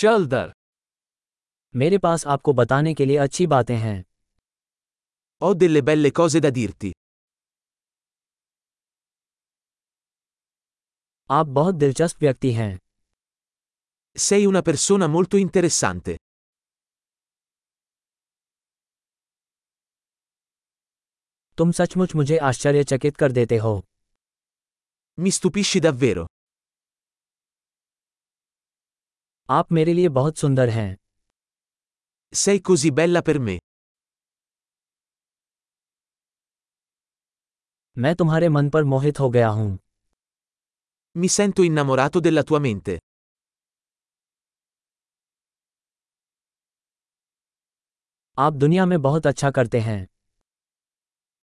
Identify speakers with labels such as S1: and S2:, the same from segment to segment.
S1: चल दर
S2: मेरे पास आपको बताने के लिए अच्छी बातें हैं
S1: Ho delle belle cose da dirti.
S2: आप बहुत दिलचस्प व्यक्ति हैं
S1: Sei una persona molto interessante.
S2: तुम सचमुच मुझे आश्चर्यचकित कर देते हो
S1: Mi stupisci davvero.
S2: आप मेरे लिए बहुत सुंदर हैं
S1: Sei così bella per me.
S2: मैं तुम्हारे मन पर मोहित हो गया हूँ
S1: Mi sento innamorato della tua mente.
S2: आप दुनिया में बहुत अच्छा करते हैं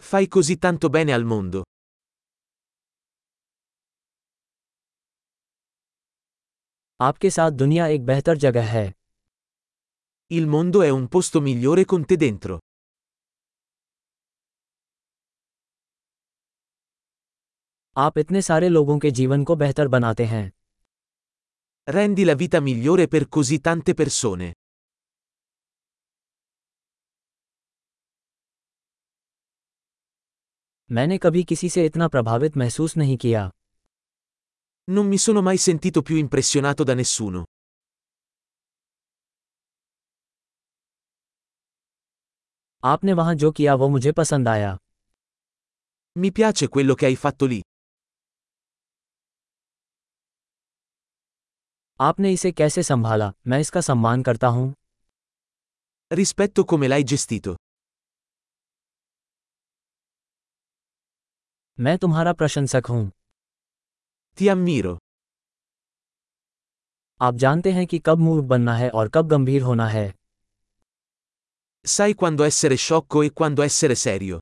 S1: Fai così tanto bene al mondo.
S2: आपके साथ दुनिया एक बेहतर जगह है
S1: Il mondo è un posto migliore con te dentro.
S2: आप इतने सारे लोगों के जीवन को बेहतर बनाते हैं
S1: Rendi la vita migliore per così tante persone.
S2: मैंने कभी किसी से इतना प्रभावित महसूस नहीं किया
S1: Non mi sono mai sentito più impressionato da nessuno.
S2: आपने वहाँ जो किया वो मुझे पसंद आया
S1: Mi piace quello che hai fatto lì.
S2: आपने इसे कैसे संभाला मैं इसका सम्मान करता हूँ
S1: Rispetto come l'hai gestito.
S2: मैं तुम्हारा प्रशंसक हूँ
S1: Ti ammiro.
S2: आप जानते हैं कि कब मूर्ख बनना है और कब गंभीर होना है
S1: Sai quando essere sciocco e quando essere serio.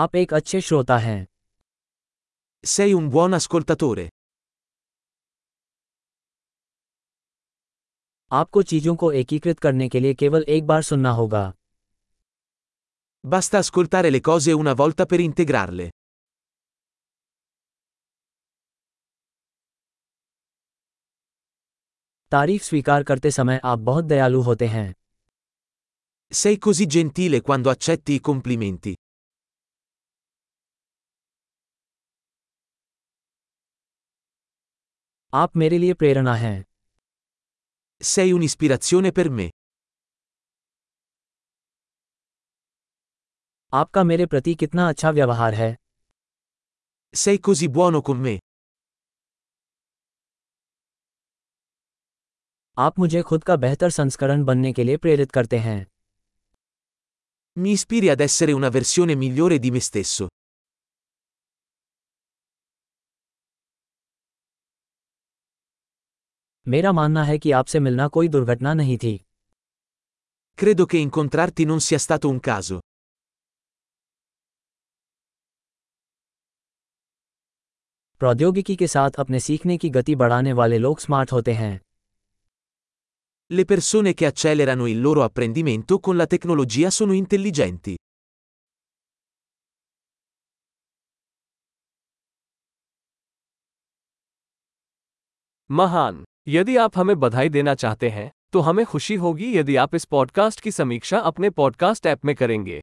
S2: आप एक अच्छे श्रोता हैं
S1: Sei un buon ascoltatore.
S2: आपको चीजों को एकीकृत करने के लिए केवल एक बार सुनना होगा
S1: Basta ascoltare le cose una volta per integrarle.
S2: तारीफ स्वीकार करते समय आप बहुत दयालु होते हैं
S1: Sei così gentile quando accetti i complimenti.
S2: आप मेरे लिए प्रेरणा हैं
S1: Sei un'ispirazione per me.
S2: आपका मेरे प्रति कितना अच्छा व्यवहार है
S1: Sei così buono con me.
S2: आप मुझे खुद का बेहतर संस्करण बनने के लिए प्रेरित करते हैं
S1: Mi ispiri ad essere una versione migliore di me stesso.
S2: मेरा मानना है कि आपसे मिलना कोई दुर्घटना नहीं थी
S1: Credo che incontrarti non sia stato un caso.
S2: प्रौद्योगिकी के साथ अपने सीखने की गति बढ़ाने वाले लोग स्मार्ट होते हैं
S1: Le persone che accelerano il loro apprendimento con la tecnologia sono intelligenti.
S3: महान यदि आप हमें बधाई देना चाहते हैं तो हमें खुशी होगी यदि आप इस पॉडकास्ट की समीक्षा अपने पॉडकास्ट ऐप में करेंगे